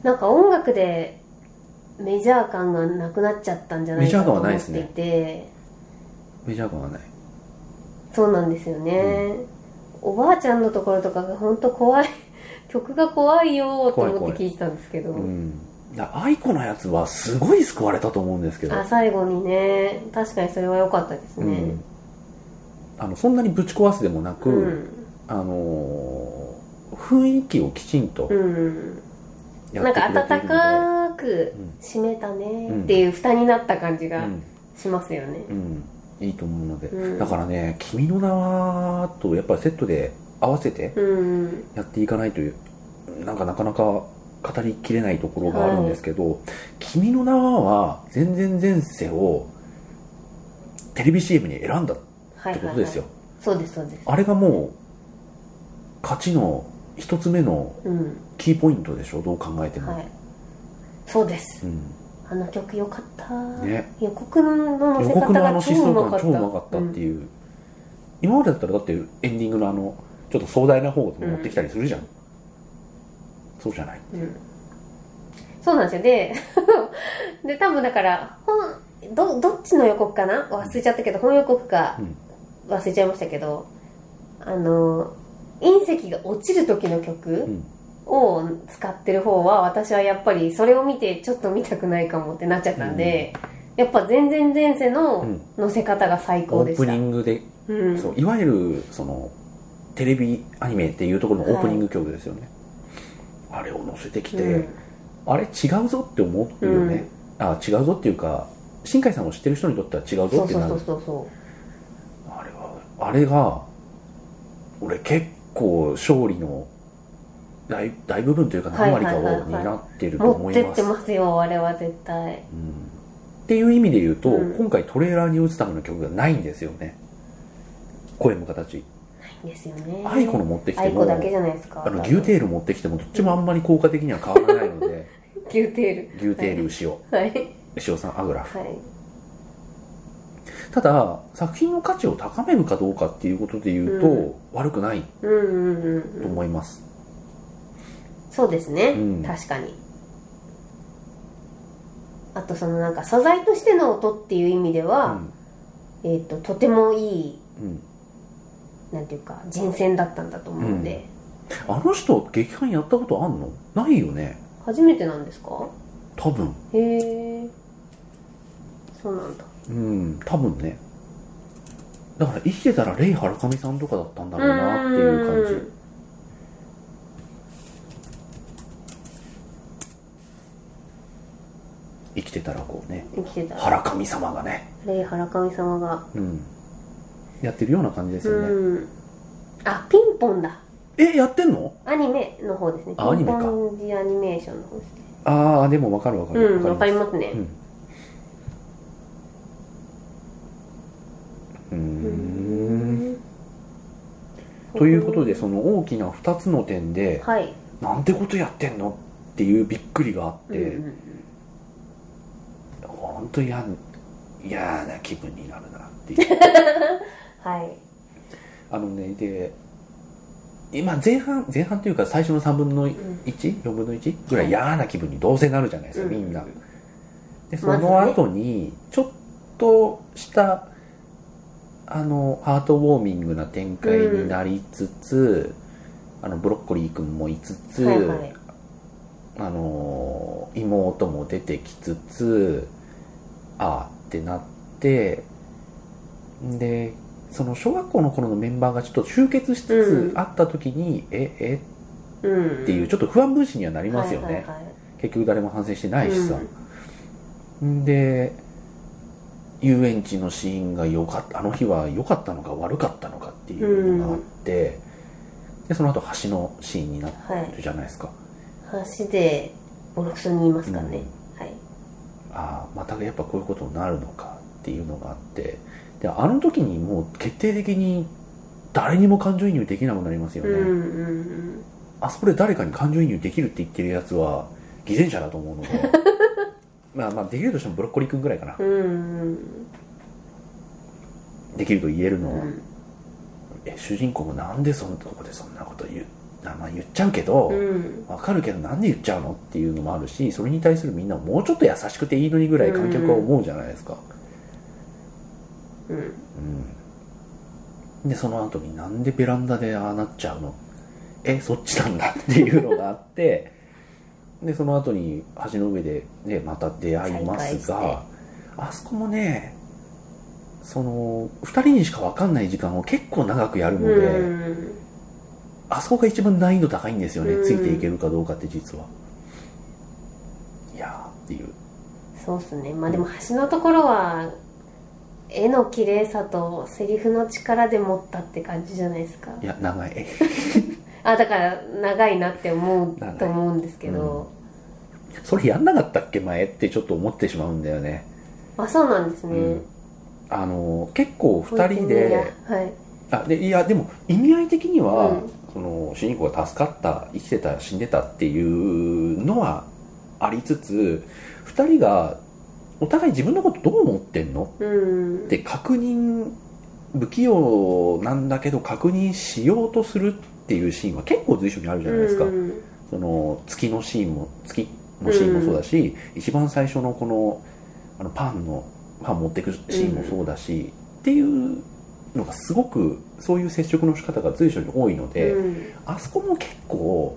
Speaker 2: なんか音楽でメジャー感がなくなっちゃったんじゃないかと思っていて、
Speaker 1: メジャー感はない
Speaker 2: そうなんですよね、おばあちゃんのところとかが本当怖い曲が怖いよーと思って聞いてたんですけど
Speaker 1: うん、だから愛子のやつはすごい救われたと思うんですけど、
Speaker 2: あ最後にね確かにそれは良かったです
Speaker 1: う
Speaker 2: ね
Speaker 1: ん、あのそんなにぶち壊すでもなく、
Speaker 2: うん
Speaker 1: あのー雰囲気をきちんと
Speaker 2: うん
Speaker 1: や
Speaker 2: な
Speaker 1: っ
Speaker 2: ん
Speaker 1: て
Speaker 2: か
Speaker 1: くれている
Speaker 2: 温
Speaker 1: ので、
Speaker 2: かく締めたねっていう蓋になった感じがしますよね
Speaker 1: うん、うんいいと思うので、
Speaker 2: うん
Speaker 1: だからね「君の名は」とやっぱりセットで合わせて
Speaker 2: うん
Speaker 1: やっていかないというなんかなかなか語りきれないところがあるんですけど「君の名は」は全然前世をテレビ CM に選んだっ
Speaker 2: はい
Speaker 1: て
Speaker 2: はい、
Speaker 1: こ
Speaker 2: は
Speaker 1: と
Speaker 2: い、
Speaker 1: ですよ、
Speaker 2: そうですそうです
Speaker 1: あれがもう勝ちの一つ目の
Speaker 2: うん
Speaker 1: キーポイントでしょどう考えても、
Speaker 2: はいそうです
Speaker 1: うん、
Speaker 2: あの曲良かった、
Speaker 1: ね
Speaker 2: 予告の乗
Speaker 1: 予
Speaker 2: せ
Speaker 1: 告
Speaker 2: 方
Speaker 1: のあの
Speaker 2: が
Speaker 1: 疾走
Speaker 2: 超うま
Speaker 1: 感
Speaker 2: かった
Speaker 1: 超うまかったっていう、今までだったらだってエンディングのあのちょっと壮大な方を持ってきたりするじゃん、そうじゃない
Speaker 2: うんそうなんですよで で多分だから本どどっちの予告かな忘れちゃったけど本予告か
Speaker 1: うん
Speaker 2: 忘れちゃいましたけどあの隕石が落ちる時の曲
Speaker 1: ん
Speaker 2: を使ってる方は私はやっぱりそれを見てちょっと見たくないかもってなっちゃったんで、やっぱ全然前世
Speaker 1: う
Speaker 2: の
Speaker 1: ん
Speaker 2: 乗せ方が最
Speaker 1: オ
Speaker 2: 高で
Speaker 1: ー
Speaker 2: し
Speaker 1: プ
Speaker 2: た、
Speaker 1: ニ
Speaker 2: うん
Speaker 1: ングで、そういわゆるそのテレビアニメっていうところのオープニング曲ですよね、あれを載せてきて、
Speaker 2: うん
Speaker 1: あれ違うぞって思うよね、あ違うぞっていうか新海さんを知ってる人にとっては違う
Speaker 2: そ
Speaker 1: ぞ
Speaker 2: う
Speaker 1: って
Speaker 2: そう
Speaker 1: な
Speaker 2: そ
Speaker 1: る
Speaker 2: うそうそ
Speaker 1: あれはあれが俺結構勝利の大大部分というか何割かを
Speaker 2: はいはいはいはい
Speaker 1: 担ってる
Speaker 2: う
Speaker 1: と
Speaker 2: 持
Speaker 1: 思
Speaker 2: っ
Speaker 1: い
Speaker 2: て
Speaker 1: ま
Speaker 2: っ
Speaker 1: す、
Speaker 2: て
Speaker 1: うん、っ
Speaker 2: ますよあれは絶対
Speaker 1: ていう意味で言うと、
Speaker 2: うん
Speaker 1: 今回トレーラーに打つための曲がないんですよね声も形
Speaker 2: ですよね
Speaker 1: アイコの持ってきて
Speaker 2: 愛
Speaker 1: も
Speaker 2: 子だけじゃないですか
Speaker 1: あの牛テール持ってきてもどっちもあんまり効果的には変わらないので
Speaker 2: 牛テ
Speaker 1: 牛テール牛尾
Speaker 2: ールはい
Speaker 1: 牛尾さんアグラフ
Speaker 2: はい
Speaker 1: ただ作品の価値を高めるかどうかっていうことで言うと、
Speaker 2: うん
Speaker 1: 悪くない
Speaker 2: うんうんうん
Speaker 1: と
Speaker 2: うん
Speaker 1: 思います、
Speaker 2: そうですね、
Speaker 1: うん
Speaker 2: 確かにあとそのなんか素材としての音っていう意味では、えっととてもいい
Speaker 1: うんうん
Speaker 2: なんていうか人選だったんだと思うんで、
Speaker 1: あの人劇伴やったことあんのないよね
Speaker 2: 初めてなんですか
Speaker 1: 多分
Speaker 2: へえそうなんだ
Speaker 1: うん多分ねだから生きてたらレイ・ハラカミさんとかだったんだろうなっていう感じ
Speaker 2: ーん
Speaker 1: 生きてたらこうね
Speaker 2: 生きてたら
Speaker 1: 原神様がね、
Speaker 2: レイ原神様が
Speaker 1: うん、やってるような感じですよね、
Speaker 2: うんあピンポンだ
Speaker 1: えやってんの
Speaker 2: アニメの方ですね
Speaker 1: あアニメか
Speaker 2: ピンポンジアニメーションの方ですね
Speaker 1: ああでも分かる分かる
Speaker 2: うんわかり
Speaker 1: ま
Speaker 2: ますね、
Speaker 1: すうーん
Speaker 2: うん
Speaker 1: ということでその大きな2つの点で
Speaker 2: はい
Speaker 1: なんてことやってんのっていうびっくりがあって、
Speaker 2: うんうん
Speaker 1: ほんと嫌嫌な気分になるなっていう
Speaker 2: はい
Speaker 1: あのねで今前半前半というか最初の3分の14分の1ぐらい嫌な気分にどうせなるじゃないですか、
Speaker 2: うん
Speaker 1: みんなでそ
Speaker 2: まずね
Speaker 1: の後にちょっとしたあのハートウォーミングな展開になりつつ、あのブロッコリー君もいつつ、
Speaker 2: はいはい
Speaker 1: あのー妹も出てきつつああってなってでその小学校の頃のメンバーがちょっと集結しつ
Speaker 2: う
Speaker 1: つ
Speaker 2: ん
Speaker 1: 会った時に、ええ
Speaker 2: うん
Speaker 1: っていうちょっと不安分子にはなりますよね、
Speaker 2: はいはいはい
Speaker 1: 結局誰も反省してないしさ、ん、で遊園地のシーンが良かったあの日は良かったのか悪かったのかっていうのがあって、でその後橋のシーンになって
Speaker 2: はい
Speaker 1: るじゃないですか、
Speaker 2: 橋でボロクソに言いますからね、はい
Speaker 1: ああまたやっぱこういうことになるのかっていうのがあってであの時にもう決定的に誰にも感情移入できなくなりますよね、
Speaker 2: うんうん
Speaker 1: あそこで誰かに感情移入できるって言ってるやつは偽善者だと思う のでまあまあできるとしてもブロッコリー君ぐらいかな
Speaker 2: うんうん
Speaker 1: できると言える
Speaker 2: う
Speaker 1: のは、
Speaker 2: ん
Speaker 1: え主人公もなんでそんなとこでそんなこと言う名前言っちゃうけど、
Speaker 2: うん
Speaker 1: わかるけどなんで言っちゃうのっていうのもあるしそれに対するみんなもうちょっと優しくていいのにぐらい観客は思うじゃないですか、
Speaker 2: うん
Speaker 1: うん、でその後になんでベランダでああなっちゃうのえそっちなんだっていうのがあって でその後に橋の上で、ね、また出会います
Speaker 2: 再会し
Speaker 1: があそこもねその2人にしか分かんない時間を結構長くやるので、
Speaker 2: うん
Speaker 1: あそこが一番難易度高いんですよね、
Speaker 2: うん
Speaker 1: ついていけるかどうかって実はいやーっていう
Speaker 2: そうっすねまあでも橋のところは絵の綺麗さとセリフの力で持ったって感じじゃないですか
Speaker 1: いや長い
Speaker 2: あだから長いなって思うと思うんですけど、
Speaker 1: それやんなかったっけ前ってちょっと思ってしまうんだよね
Speaker 2: あそうなんですね、
Speaker 1: うんあの結構
Speaker 2: 本
Speaker 1: 2
Speaker 2: 当に
Speaker 1: 人
Speaker 2: いや
Speaker 1: で
Speaker 2: はい
Speaker 1: あでいやでも意味合い的には、
Speaker 2: うん
Speaker 1: その主人公が助かった生きてた死んでたっていうのはありつつ2人がお互い自分のことどう思ってんの
Speaker 2: うん
Speaker 1: って確認不器用なんだけど確認しようとするっていうシーンは結構随所にあるじゃないですか、
Speaker 2: うん
Speaker 1: その月のシーンも月のシーンもそうだし、一番最初のこのあのパンのパン持ってくシーンもそうだし、っていうのがすごくそういう接触の仕方が随所に多いので、
Speaker 2: うん
Speaker 1: あそこも結構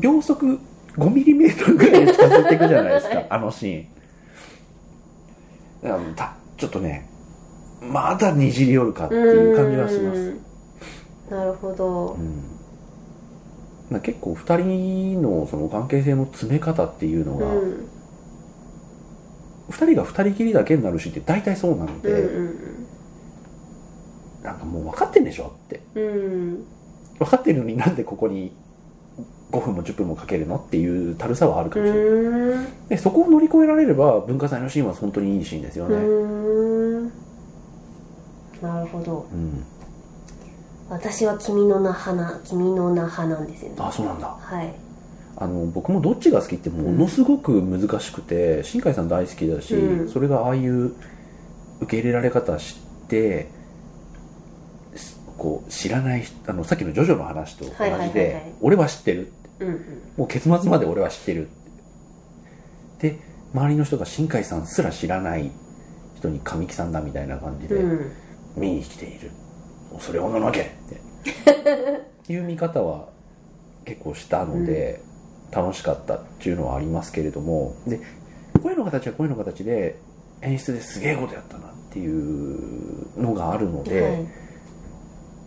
Speaker 1: 秒速5ミリメートルぐらいに近づいていくじゃないです かあのシーンだからたちょっとねまだにじり寄るかっていう感じがします、
Speaker 2: うんなるほど
Speaker 1: うんまあ結構2人のその関係性の詰め方っていうの
Speaker 2: う
Speaker 1: が、
Speaker 2: ん
Speaker 1: 二2人が2人きりだけになるしって大体そうなので、
Speaker 2: うん
Speaker 1: なんかもう分かってんでしょって
Speaker 2: うんうん
Speaker 1: 分かってるのになんでここに5分も10分もかけるのっていうだるさはあるか
Speaker 2: う
Speaker 1: もしれない、
Speaker 2: んうん
Speaker 1: でそこを乗り越えられれば文化祭のシーンは本当にいいシーンですよ
Speaker 2: う
Speaker 1: ね、
Speaker 2: ーんなるほど
Speaker 1: うん
Speaker 2: 私は君の名花君の名派なんですよね
Speaker 1: あそうなんだ
Speaker 2: はい
Speaker 1: あの僕もどっちが好きってものすごく難しくて、新海さん大好きだし、
Speaker 2: うん
Speaker 1: それがああいう受け入れられ方してしこう知らない人あのさっきのジョジョの話と同じで、
Speaker 2: はいはいはいはい
Speaker 1: 俺は知ってる
Speaker 2: うんうん
Speaker 1: もう結末まで俺は知ってるで周りの人が新海さんすら知らない人に神木さんだみたいな感じで、
Speaker 2: うん
Speaker 1: 見に来ている恐れおののけって いう見方は結構したので、楽しかったっていうのはありますけれどもで声の形は声の形で演出ですげえことやったなっていうのがあるので、
Speaker 2: はい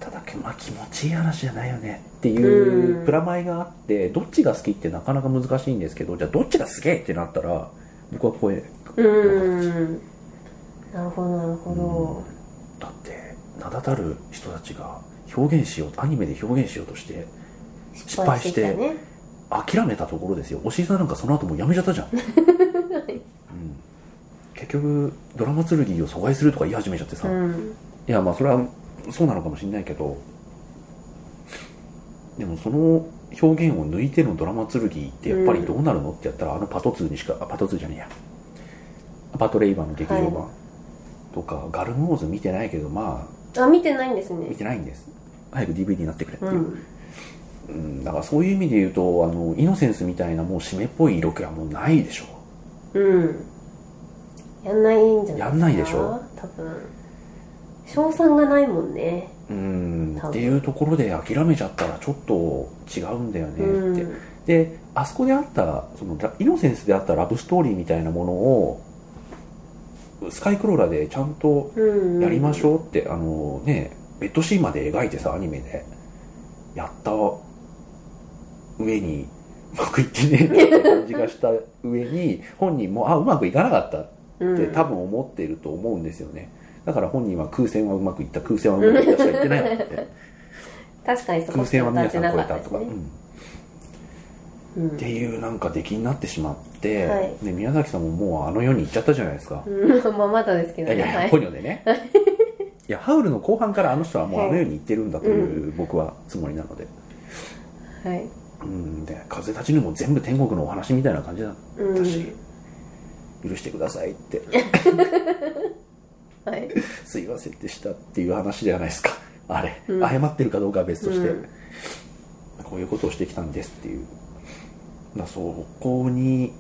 Speaker 1: ただ、まあ、気持ちいい話じゃないよねっていう
Speaker 2: うん
Speaker 1: プラマイがあってどっちが好きってなかなか難しいんですけどじゃあどっちがすげえってなったら僕は声
Speaker 2: うーんなるほどなるほど、
Speaker 1: だって名だたる人たちが表現しようアニメで表現しようとして失敗して
Speaker 2: きたね
Speaker 1: 諦めたところですよおしりさんなんかその後もうやめちゃったじゃ ん、うん、結局ドラマ剣を阻害するとか言い始めちゃってさ、
Speaker 2: う
Speaker 1: い
Speaker 2: ん
Speaker 1: やまあそれはそうなのかもしれないけどでもその表現を抜いてのドラマ剣ってやっぱりどうなるのってやったらあのパト2にしかあパト2じゃねえやパトレイバーの劇場版、
Speaker 2: は
Speaker 1: とかガルムオーズ見てないけどまあ
Speaker 2: あ見てないんです
Speaker 1: 見
Speaker 2: ね
Speaker 1: てないんです早く DVD になってくれっていうう、
Speaker 2: ん
Speaker 1: うん、だからそういう意味で言うとあのイノセンスみたいなもう締めっぽい色気はもうないでしょ
Speaker 2: うんやんないんじゃない
Speaker 1: やんないでしょ
Speaker 2: 多分賞賛がないもんね
Speaker 1: うん
Speaker 2: 多分
Speaker 1: っていうところで諦めちゃったらちょっと違うんだよ
Speaker 2: う
Speaker 1: ね
Speaker 2: ん
Speaker 1: って、であそこであったそのライノセンスであったラブストーリーみたいなものをスカイクローラでちゃんと
Speaker 2: うん
Speaker 1: やりましょうって、あのねベッドシーンまで描いてさアニメでやった上にうまくいってねえなって感じがした上に本人もあうまくいかなかった
Speaker 2: うん
Speaker 1: って多分思っていると思うんですよね、だから本人は空戦はうまくいった空戦はうまくいったしか言ってないわって
Speaker 2: 確かにそこ
Speaker 1: 空
Speaker 2: し
Speaker 1: 戦
Speaker 2: か
Speaker 1: は皆
Speaker 2: 立
Speaker 1: さ
Speaker 2: て
Speaker 1: ん
Speaker 2: な
Speaker 1: 超え
Speaker 2: かっ
Speaker 1: た
Speaker 2: たで
Speaker 1: と
Speaker 2: す
Speaker 1: か、う
Speaker 2: ね
Speaker 1: ん
Speaker 2: うん
Speaker 1: っていうなんか出来になってしまって、
Speaker 2: はい
Speaker 1: で宮崎さんももうあの世に行っちゃったじゃないですか、
Speaker 2: うんま あまだですけ
Speaker 1: い
Speaker 2: ど
Speaker 1: やい
Speaker 2: ね
Speaker 1: や、
Speaker 2: はい
Speaker 1: ポニョで ねいやハウルの後半からあの人はもうあの世に行ってるんだという僕はつもりなので、
Speaker 2: はい
Speaker 1: うん、で風立ちぬも全部天国のお話みたいな感じだったし、許してくださいって
Speaker 2: はい
Speaker 1: すいませんでしたっていう話じゃないですかあれ、
Speaker 2: うん
Speaker 1: 謝ってるかどうかは別として、
Speaker 2: うん
Speaker 1: こういうことをしてきたんですっていうだからそこに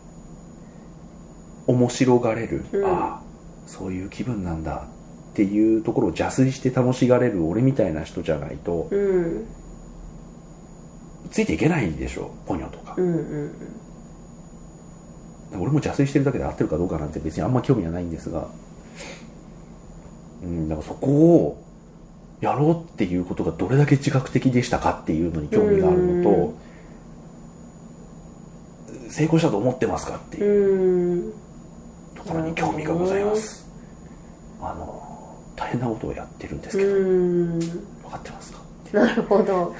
Speaker 1: 面白がれる、
Speaker 2: うん
Speaker 1: ああそういう気分なんだっていうところを邪推して楽しがれる俺みたいな人じゃないと
Speaker 2: うん
Speaker 1: ついていけないでしょポニョとか
Speaker 2: うんう、ん
Speaker 1: 俺も邪推してるだけで合ってるかどうかなんて別にあんま興味はないんですがうんだからそこをやろうっていうことがどれだけ自覚的でしたかっていうのに興味があるのと成功したと思ってますかって
Speaker 2: う
Speaker 1: いうん
Speaker 2: うん
Speaker 1: ところに興味がございます、あの大変なことをやってるんですけど、
Speaker 2: うん
Speaker 1: 分かってますかって
Speaker 2: なるほ ど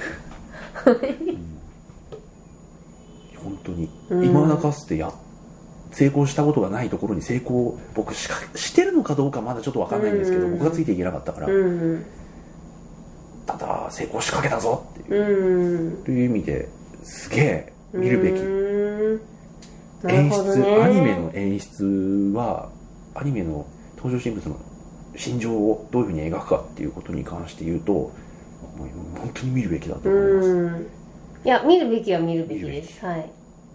Speaker 1: 本当に
Speaker 2: うん
Speaker 1: 今だかつてや成功したことがないところに成功僕しかしてるのかどうかまだちょっと分かんないんですけど、
Speaker 2: うん
Speaker 1: 僕がついていけなかったから、
Speaker 2: うん
Speaker 1: ただ成功しかけたぞっていう
Speaker 2: うん
Speaker 1: という意味ですげえ見るべき
Speaker 2: うんなる
Speaker 1: 演
Speaker 2: ほど
Speaker 1: 出、
Speaker 2: ね
Speaker 1: アニメの演出はアニメの登場人物の心情をどういうふうに描くかっていうことに関して言うともう本当に見るべきだと思います、
Speaker 2: うんいや見るべきは見るべきですはい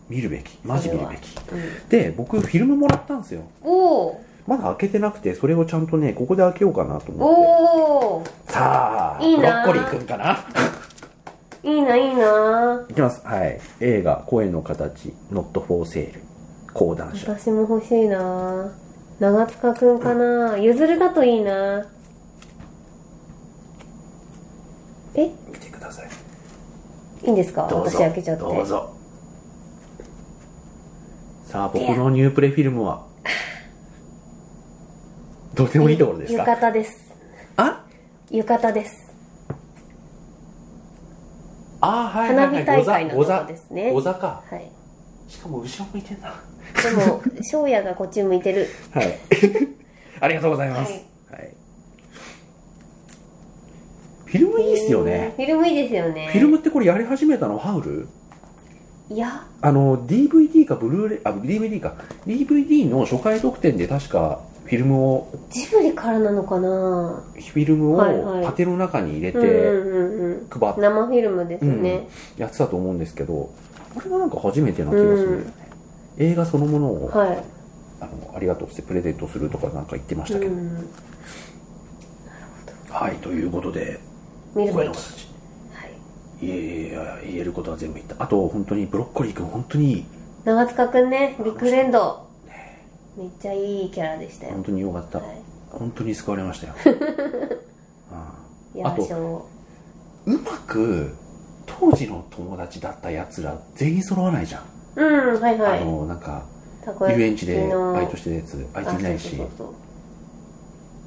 Speaker 1: 見るべきマジ見るべき
Speaker 2: うん
Speaker 1: で僕フィルムもらったんですよ
Speaker 2: おお
Speaker 1: まだ開けてなくてそれをちゃんとねここで開けようかなと思っ
Speaker 2: おお
Speaker 1: てさあ
Speaker 2: いい
Speaker 1: ブロ
Speaker 2: な
Speaker 1: ッコリーくんかない
Speaker 2: いないいない
Speaker 1: きますはい映画「声の形 Not for Sale」講談社
Speaker 2: 私も欲しいな長塚くんかなゆずるだといいなえい
Speaker 1: 見てください
Speaker 2: いんですか
Speaker 1: どう
Speaker 2: 私
Speaker 1: ぞ
Speaker 2: 開けちゃって
Speaker 1: どうぞさあ僕のニュープレフィルムはどうでもいいところです
Speaker 2: 浴
Speaker 1: か
Speaker 2: 衣です
Speaker 1: あ
Speaker 2: 浴衣です
Speaker 1: あーはいはいはい
Speaker 2: 花火大会の
Speaker 1: ござ
Speaker 2: とこですね
Speaker 1: ござか
Speaker 2: はい
Speaker 1: しかも後ろ向いてんな
Speaker 2: で も翔也がこっち向いてる
Speaker 1: はい ありがとうございます、
Speaker 2: はい
Speaker 1: はいフィルムいいっすよ
Speaker 2: うん
Speaker 1: ね
Speaker 2: フィルムいいですよね
Speaker 1: フィルムってこれやり始めたのハウル
Speaker 2: いや
Speaker 1: あの DVD かブルーレイあ DVD か DVD の初回特典で確かフィルムを
Speaker 2: ジブリからなのかな
Speaker 1: フィルム
Speaker 2: はいはい
Speaker 1: をパテの中に入れ
Speaker 2: うんう
Speaker 1: て
Speaker 2: んうんうん
Speaker 1: 配っ
Speaker 2: 生フィルムですね、
Speaker 1: やってたと思うんですけど、これはなんか初めてな気がするんだよね。映画そのものを、
Speaker 2: は
Speaker 1: あのありがとうってプレゼントするとかなんか言ってまし
Speaker 2: い、
Speaker 1: たけ
Speaker 2: う
Speaker 1: ど。
Speaker 2: ん、
Speaker 1: はい、ということで、
Speaker 2: 見るべ
Speaker 1: 声
Speaker 2: き
Speaker 1: の形。
Speaker 2: はい
Speaker 1: いやいやいや、言えることは全部言った。あと、本当にブロッコリー君、本当にいい。
Speaker 2: 長塚くんねビッグレンドめっちゃいいキャラでしたよ
Speaker 1: 本当によかった。
Speaker 2: はい
Speaker 1: 本当に救われました よ。
Speaker 2: い
Speaker 1: あ
Speaker 2: や
Speaker 1: と
Speaker 2: そう
Speaker 1: まく、当時の友達だった奴ら、全員揃わないじゃん。
Speaker 2: ううんはいは
Speaker 1: あ
Speaker 2: い
Speaker 1: のなんか
Speaker 2: たこ焼き
Speaker 1: 遊園地で
Speaker 2: の
Speaker 1: バイトしてたやつあいついないし
Speaker 2: あそうそう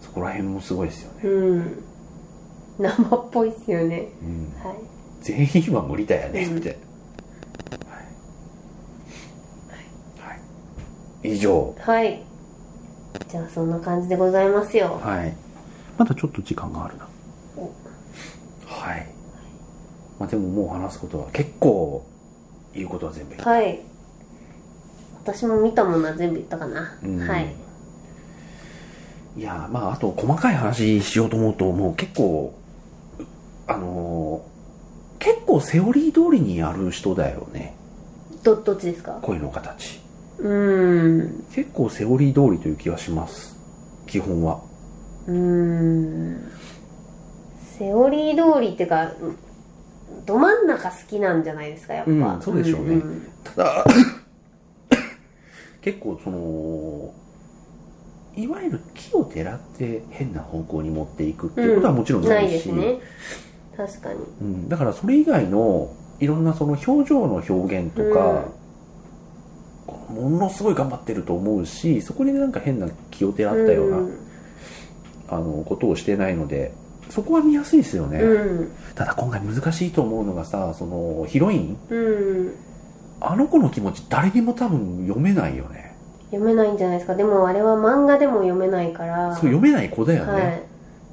Speaker 1: そこら辺もすごいですよね、
Speaker 2: そううん生っぽいっすよね
Speaker 1: うん、
Speaker 2: はい
Speaker 1: 全員は無理だよね、
Speaker 2: うん
Speaker 1: みたいなはい、はい、以上
Speaker 2: はいじゃあそんな感じでございますよ
Speaker 1: はいまだちょっと時間があるな
Speaker 2: お
Speaker 1: はい、まあ、でももう話すことは結構言うことは全部言った
Speaker 2: はい私も見たものは全部言ったかな、
Speaker 1: うん
Speaker 2: はい
Speaker 1: いやーまああと細かい話しようと思うともう結構あのー結構セオリー通りにやる人だよね
Speaker 2: どどっちですか
Speaker 1: 声の形
Speaker 2: うーん
Speaker 1: 結構セオリー通りという気はします基本は
Speaker 2: うーんセオリー通りっていうかうんど真ん中好きなんじゃないですかやっぱ、
Speaker 1: うんそうでしょうね
Speaker 2: んん
Speaker 1: ただ結構そのいわゆる木をてらって変な方向に持っていくっていうことはもちろんな
Speaker 2: ないいで
Speaker 1: し、
Speaker 2: す
Speaker 1: うん
Speaker 2: ね確かに
Speaker 1: だからそれ以外のいろんなその表情の表現と
Speaker 2: うん
Speaker 1: か、こうものすごい頑張ってると思うしそこになんか変な気をてらったような、
Speaker 2: うん
Speaker 1: あのことをしてないのでそこは見やすいですよね、
Speaker 2: うん
Speaker 1: ただ今回難しいと思うのがさそのヒロイン
Speaker 2: うん
Speaker 1: あの子の気持ち誰にも多分読めないよね
Speaker 2: 読めないんじゃないですかでもあれは漫画でも読めないから
Speaker 1: そう読めない子だよね、
Speaker 2: は
Speaker 1: っ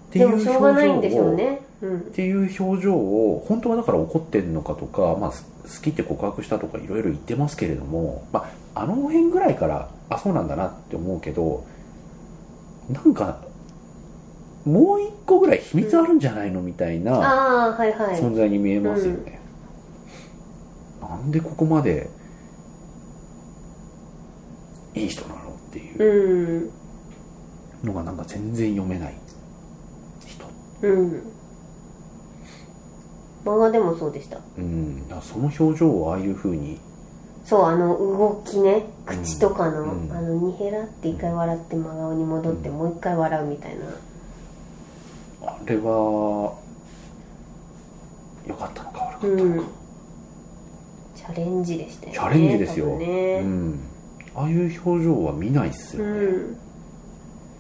Speaker 2: い、
Speaker 1: てい
Speaker 2: で
Speaker 1: う
Speaker 2: も
Speaker 1: 表情
Speaker 2: しょ
Speaker 1: を
Speaker 2: うがないんでしょうねうん
Speaker 1: っていう表情を本当はだから怒ってんのかとか、まあ、す好きって告白したとかいろいろ言ってますけれども、まあ、あの辺ぐらいからあそうなんだなって思うけどなんかもう一個ぐらい秘密あるんじゃないのみたいな
Speaker 2: ああはいはい
Speaker 1: 存在に見えますよね、なんでここまでいい人なのっていう
Speaker 2: うん
Speaker 1: のがなんか全然読めない人、
Speaker 2: うん漫画でもそうでした
Speaker 1: うん、だからその表情をああいう風に
Speaker 2: そうあの動きね口とかの,、
Speaker 1: うん
Speaker 2: あのニヘラって一回笑って真顔に戻って、
Speaker 1: うん
Speaker 2: もう一回笑うみたいな
Speaker 1: あれは良かったのか悪か
Speaker 2: う
Speaker 1: ったの
Speaker 2: ん
Speaker 1: か、
Speaker 2: チャレンジでしたよね
Speaker 1: チャレンジですよ、
Speaker 2: 多分ね
Speaker 1: うん、ああいう表情は見ないっす
Speaker 2: う
Speaker 1: よね、
Speaker 2: ん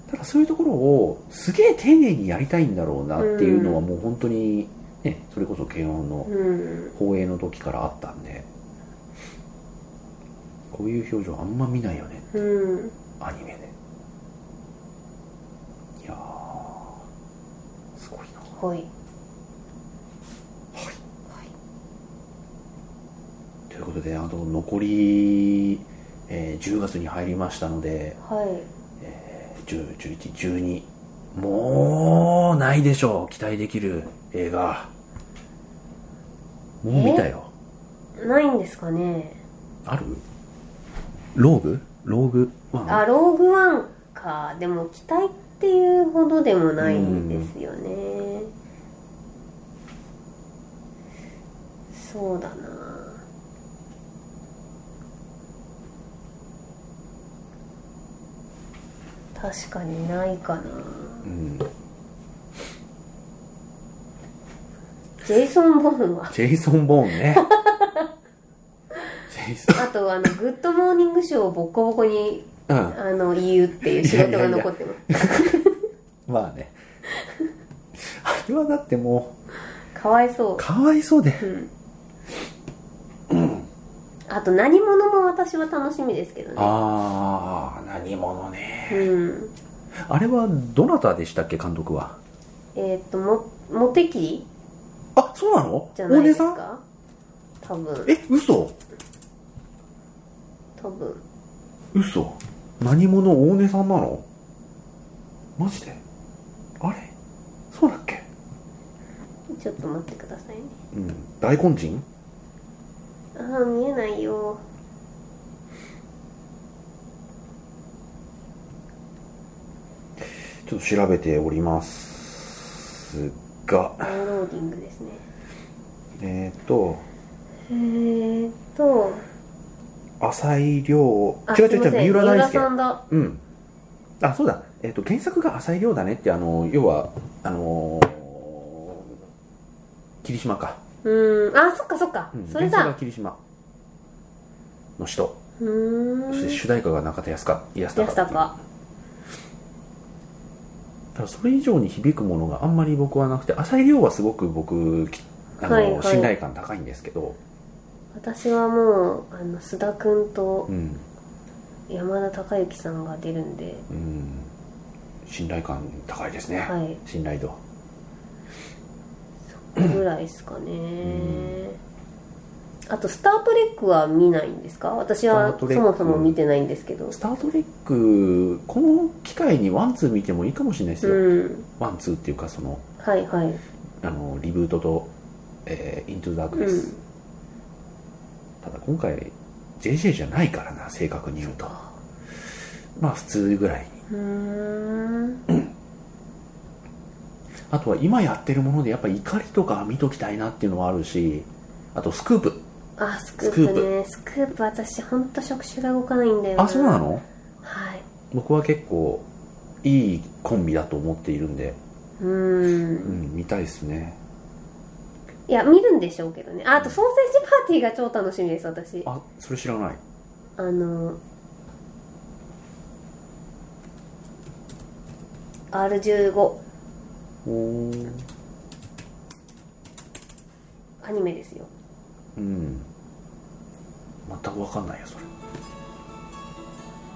Speaker 1: ただそういうところをすげえ丁寧にやりたいんだろうなっていうのは
Speaker 2: う
Speaker 1: もう本当にねそれこそ慶応の
Speaker 2: うん
Speaker 1: 放映の時からあったんでこういう表情あんま見ないよね
Speaker 2: うん
Speaker 1: アニメでいやーすごいな
Speaker 2: はい
Speaker 1: ということであと残り、えー10月に入りましたので
Speaker 2: はい
Speaker 1: 101112もうないでしょう期待できる映画もう見たよ
Speaker 2: ないんですかね
Speaker 1: あるローグローグワン
Speaker 2: あローグワンかでも期待っていうほどでもないですよね、そうだな確かにないかな
Speaker 1: うん
Speaker 2: ジェイソン・ボーン は
Speaker 1: ジェイソン・ボーンねジェイソ
Speaker 2: あとあの「グッドモーニングショー」をボッコボコに
Speaker 1: ンうん
Speaker 2: あの言うっていう仕事が残ってます
Speaker 1: まあねあれはだっても
Speaker 2: かわいそう
Speaker 1: うかわいそうで
Speaker 2: うんあと何者も私は楽しみですけどね
Speaker 1: ああ何者ね
Speaker 2: うん
Speaker 1: あれはどなたでしたっけ監督は
Speaker 2: えっ、ともモテキ
Speaker 1: あそうなの
Speaker 2: じゃな
Speaker 1: 大
Speaker 2: いで
Speaker 1: 根
Speaker 2: す
Speaker 1: さん
Speaker 2: か多分
Speaker 1: え嘘
Speaker 2: 多分
Speaker 1: 嘘何者大根さんなのマジであれそうだっけ
Speaker 2: ちょっと待ってくださいね
Speaker 1: うん大根人
Speaker 2: あー見えないよ
Speaker 1: ちょっと調べておりますが
Speaker 2: ダウンローディングですね
Speaker 1: えっ、と
Speaker 2: えー、っと
Speaker 1: 浅井亮
Speaker 2: あ
Speaker 1: 違う
Speaker 2: す
Speaker 1: 違
Speaker 2: いうません
Speaker 1: 違う三浦
Speaker 2: 三浦
Speaker 1: 大輔
Speaker 2: さんだ
Speaker 1: うんあそうだ、えっと原作が浅井亮だねってあの要はあのー霧島か、
Speaker 2: うんあそっかそっか、
Speaker 1: うん
Speaker 2: それ
Speaker 1: 原作が
Speaker 2: だ
Speaker 1: 霧島の人
Speaker 2: ううーん
Speaker 1: そして主題歌が中田康か安
Speaker 2: 安
Speaker 1: 隆っていう
Speaker 2: 高
Speaker 1: だからそれ以上に響くものがあんまり僕はなくて浅井亮はすごく僕きあの、
Speaker 2: はいはい
Speaker 1: 信頼感高いんですけど、
Speaker 2: 私はもうあの須田君と
Speaker 1: うん
Speaker 2: 山田孝之さんが出るんで、
Speaker 1: うん、信頼感高いですね、
Speaker 2: はい
Speaker 1: 信頼度
Speaker 2: ぐらいですかね、あと「スター・トレック」は見ないんですか私は
Speaker 1: スタ
Speaker 2: そ
Speaker 1: ートレック
Speaker 2: もそも見てないんですけ
Speaker 1: 「
Speaker 2: ど
Speaker 1: スター・トレック」この機会にワンツー見てもいいかもしれないです
Speaker 2: う
Speaker 1: よ、
Speaker 2: ん
Speaker 1: ワンツーっていうかその
Speaker 2: はいはい
Speaker 1: あのリブートと「えーイントゥ・ダーク」です、
Speaker 2: うん
Speaker 1: ただ今回 JJ じゃないからな正確に言うとまあ普通ぐらいに
Speaker 2: うーん
Speaker 1: あとは今やってるものでやっぱ怒りとか見ときたいなっていうのはあるしあとスクープ
Speaker 2: あスクープねスクープ私ほんと触手が動かないんだよ
Speaker 1: あそうなの
Speaker 2: はい
Speaker 1: 僕は結構いいコンビだと思っているんで、
Speaker 2: うー
Speaker 1: うんん、見たいですね
Speaker 2: いや見るんでしょうけどねああとソーセージパーティーが超楽しみです私
Speaker 1: あそれ知らない
Speaker 2: あの R15
Speaker 1: おー
Speaker 2: アニメですよ
Speaker 1: うん全く分かんないよそれ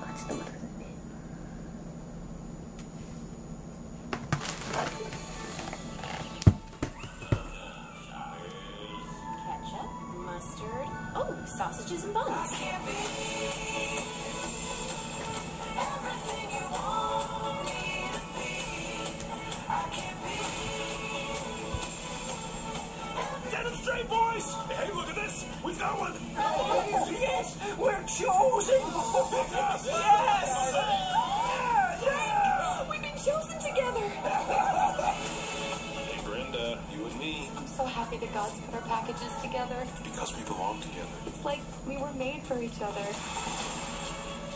Speaker 2: あちょっと待ってくださいね
Speaker 3: ketchup, mustard, oh, sausages and buns.
Speaker 4: Get him straight, boys! Hey, look at this! We got one! Yes! We're chosen! yes! Yes! Yeah!
Speaker 3: We've been chosen together.
Speaker 4: Hey, Brenda, you and me.
Speaker 3: I'm so happy that God's put our packages together.
Speaker 4: Because we belong together.
Speaker 3: It's like we were made for each other.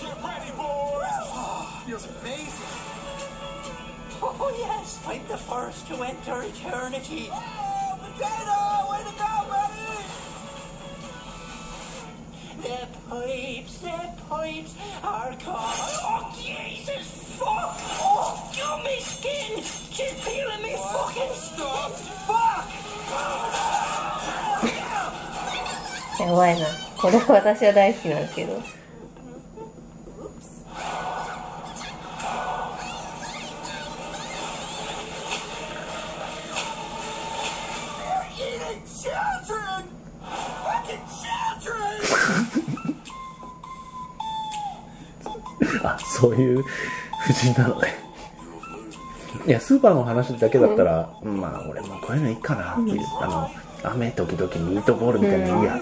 Speaker 4: Get ready, boys!
Speaker 5: feels amazing.
Speaker 6: Oh, yes, I'm the first to enter eternity.
Speaker 5: Oh, potato! Way to go, buddy!
Speaker 6: The pipes, the pipes are caught. Oh, Jesus, fuck! Oh, give me skin! She's peeling me fucking stop! Fuck!
Speaker 2: やばいなこれ私は大好きなんですけど
Speaker 5: Eating children! Fucking children!
Speaker 1: あそういう夫人なの ねいやスーパーの話だけだったら、うんまあ俺もこういうのいいかなっていう、あの雨時々ミートボールみたいなのいいや、
Speaker 4: Otherwise.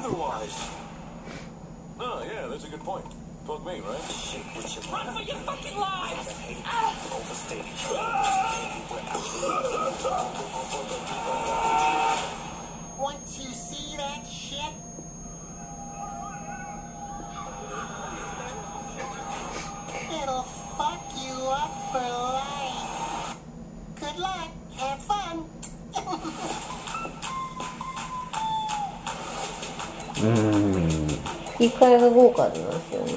Speaker 4: Oh, yeah, that's a good point. Fuck me, right? Shit, what's your Run for your fucking lives! Overstating.
Speaker 5: Once you see that shit,
Speaker 2: 吹き替えが豪華なんですよね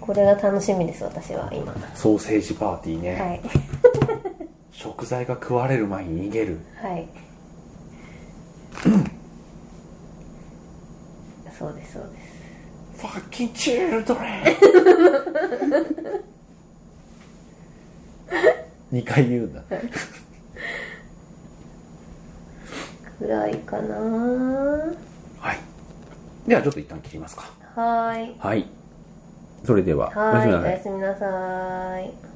Speaker 2: これが楽しみです私は今は
Speaker 1: ソーセージパーティーね、
Speaker 2: い
Speaker 1: 食材が食われる前に逃げる
Speaker 2: はい そうですそうです
Speaker 1: Fucking children 2回言うんだ
Speaker 2: ぐらいかなは
Speaker 1: はいではちょっと一旦切りますか
Speaker 2: ーい
Speaker 1: はいそれでは
Speaker 2: はーい
Speaker 1: なさ
Speaker 2: お
Speaker 1: い
Speaker 2: やすみなさーい